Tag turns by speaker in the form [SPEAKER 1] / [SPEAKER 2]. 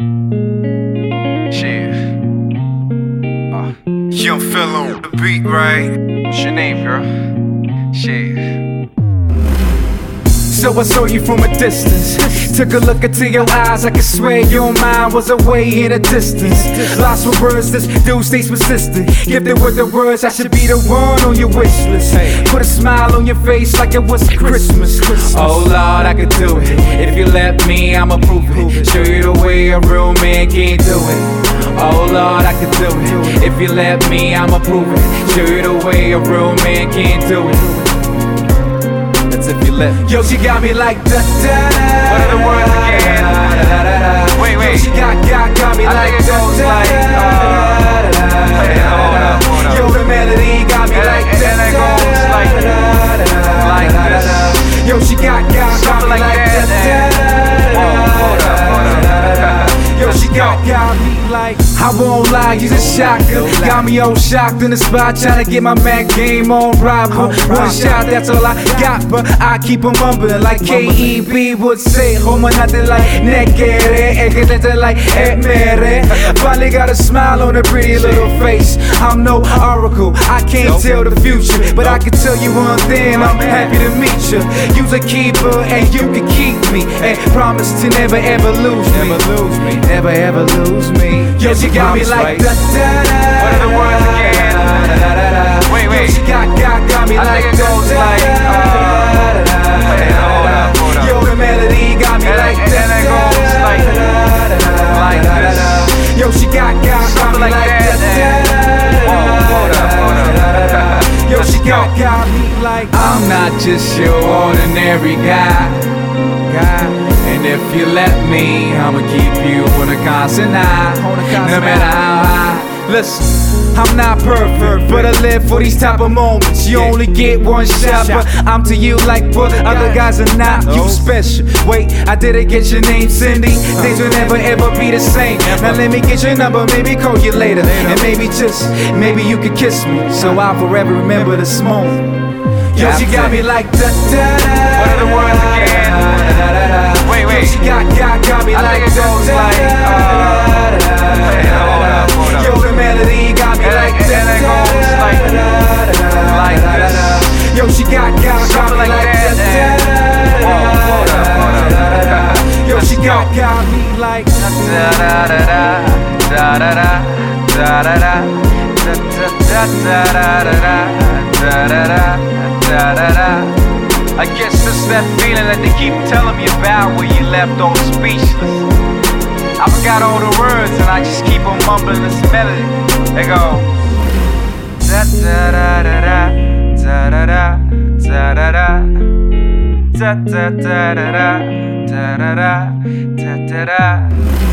[SPEAKER 1] Uh, Young fellow, the beat right. What's your name, girl? Shit.
[SPEAKER 2] So I saw you from a distance. Took a look into your eyes. I could swear your mind was away in a distance. Lost for words, this dude stays persistent. Gifted with the words, I should be the one on your wish list. Put a smile on your face like it was Christmas. Oh Lord, I could do it. If you let me, I'ma prove it. Show you the way a real man can do it. Oh Lord, I could do it. If you let me, I'ma prove it. Show you the way a real man can do it. That's if you let Yo, she got me like da da.
[SPEAKER 1] What are the words again? Wait,
[SPEAKER 2] Yo,
[SPEAKER 1] wait.
[SPEAKER 2] she got got got me
[SPEAKER 1] I
[SPEAKER 2] like
[SPEAKER 1] think it
[SPEAKER 2] da
[SPEAKER 1] goes
[SPEAKER 2] da.
[SPEAKER 1] like, uh, wait, hold up, hold up.
[SPEAKER 2] Yo, the melody got me
[SPEAKER 1] And
[SPEAKER 2] like
[SPEAKER 1] it- and it goes like- like this.
[SPEAKER 2] Yo, she got got got
[SPEAKER 1] Something
[SPEAKER 2] me
[SPEAKER 1] like
[SPEAKER 2] like
[SPEAKER 1] that,
[SPEAKER 2] da da.
[SPEAKER 1] Whoa, hold up, hold up.
[SPEAKER 2] Yo, she
[SPEAKER 1] Let's
[SPEAKER 2] got
[SPEAKER 1] go.
[SPEAKER 2] got me like I won't lie, you just shocker. Got me all shocked in the spot, tryna get my Mac game on robber. One shot, that's all I got, but I keep 'em mumbling like KEB would say. Homo nothing like nekere, ekete like etmere. Finally got a smile on her pretty little face. I'm no oracle, I can't tell the future, but I can tell you one thing, I'm happy to meet you. You's a keeper, and you can keep me, and promise to never ever lose me.
[SPEAKER 1] Never lose me.
[SPEAKER 2] Never ever lose me. Yo, she got me
[SPEAKER 1] Promise,
[SPEAKER 2] like
[SPEAKER 1] right?
[SPEAKER 2] da da da.
[SPEAKER 1] What are the words again? Wait, wait.
[SPEAKER 2] Yo, she got got got me
[SPEAKER 1] I
[SPEAKER 2] like
[SPEAKER 1] think it
[SPEAKER 2] da
[SPEAKER 1] goes
[SPEAKER 2] da
[SPEAKER 1] like,
[SPEAKER 2] da,
[SPEAKER 1] uh,
[SPEAKER 2] da, da,
[SPEAKER 1] wait,
[SPEAKER 2] da,
[SPEAKER 1] hold
[SPEAKER 2] da.
[SPEAKER 1] up, hold up.
[SPEAKER 2] Yo, the melody got me
[SPEAKER 1] And
[SPEAKER 2] like
[SPEAKER 1] it-
[SPEAKER 2] da
[SPEAKER 1] and it
[SPEAKER 2] da
[SPEAKER 1] goes
[SPEAKER 2] da,
[SPEAKER 1] like-
[SPEAKER 2] da, da, da,
[SPEAKER 1] like
[SPEAKER 2] da,
[SPEAKER 1] this.
[SPEAKER 2] da. Yo, she got got got me
[SPEAKER 1] Something like
[SPEAKER 2] like da
[SPEAKER 1] that, and-
[SPEAKER 2] da da.
[SPEAKER 1] Whoa, hold up, hold up.
[SPEAKER 2] Yo,
[SPEAKER 1] Let's
[SPEAKER 2] she got
[SPEAKER 1] go.
[SPEAKER 2] got me like I'm not just your ordinary guy. God. And if you let me, I'ma keep you on a constant eye. No matter how high. Listen. I'm not perfect, but I live for these type of moments. You only get one shot, but I'm to you like what other guys are not. You special. Wait, I didn't get your name, Cindy. Things will never ever be the same. Now let me get your number, maybe call you later. And maybe just, maybe you could kiss me. So I'll forever remember this moment. Yo, she got me like da da da.
[SPEAKER 1] What are the words again? Wait, wait.
[SPEAKER 2] Yo, she got got got me
[SPEAKER 1] I
[SPEAKER 2] like
[SPEAKER 1] think it goes
[SPEAKER 2] da,
[SPEAKER 1] like,
[SPEAKER 2] da,
[SPEAKER 1] uh,
[SPEAKER 2] da, da,
[SPEAKER 1] wait, hold up, hold up.
[SPEAKER 2] Yo, the melody got me
[SPEAKER 1] And
[SPEAKER 2] like
[SPEAKER 1] it- and it
[SPEAKER 2] da,
[SPEAKER 1] goes
[SPEAKER 2] da,
[SPEAKER 1] like-
[SPEAKER 2] da, da,
[SPEAKER 1] like
[SPEAKER 2] da, da,
[SPEAKER 1] this.
[SPEAKER 2] da. Yo, she got got got me
[SPEAKER 1] Something like
[SPEAKER 2] like
[SPEAKER 1] that, and-
[SPEAKER 2] da, da,
[SPEAKER 1] Whoa, hold up, hold up.
[SPEAKER 2] da, da, da. Yo,
[SPEAKER 1] Let's
[SPEAKER 2] she got
[SPEAKER 1] go.
[SPEAKER 2] got me like
[SPEAKER 1] Da da da da da da da da da da da da da da da da da da da da da. I guess it's that feeling that they keep telling me about where you left all speechless. I forgot all the words and I just keep on mumbling this melody. They go da da da da da da da da da da da da da da da da da da da da da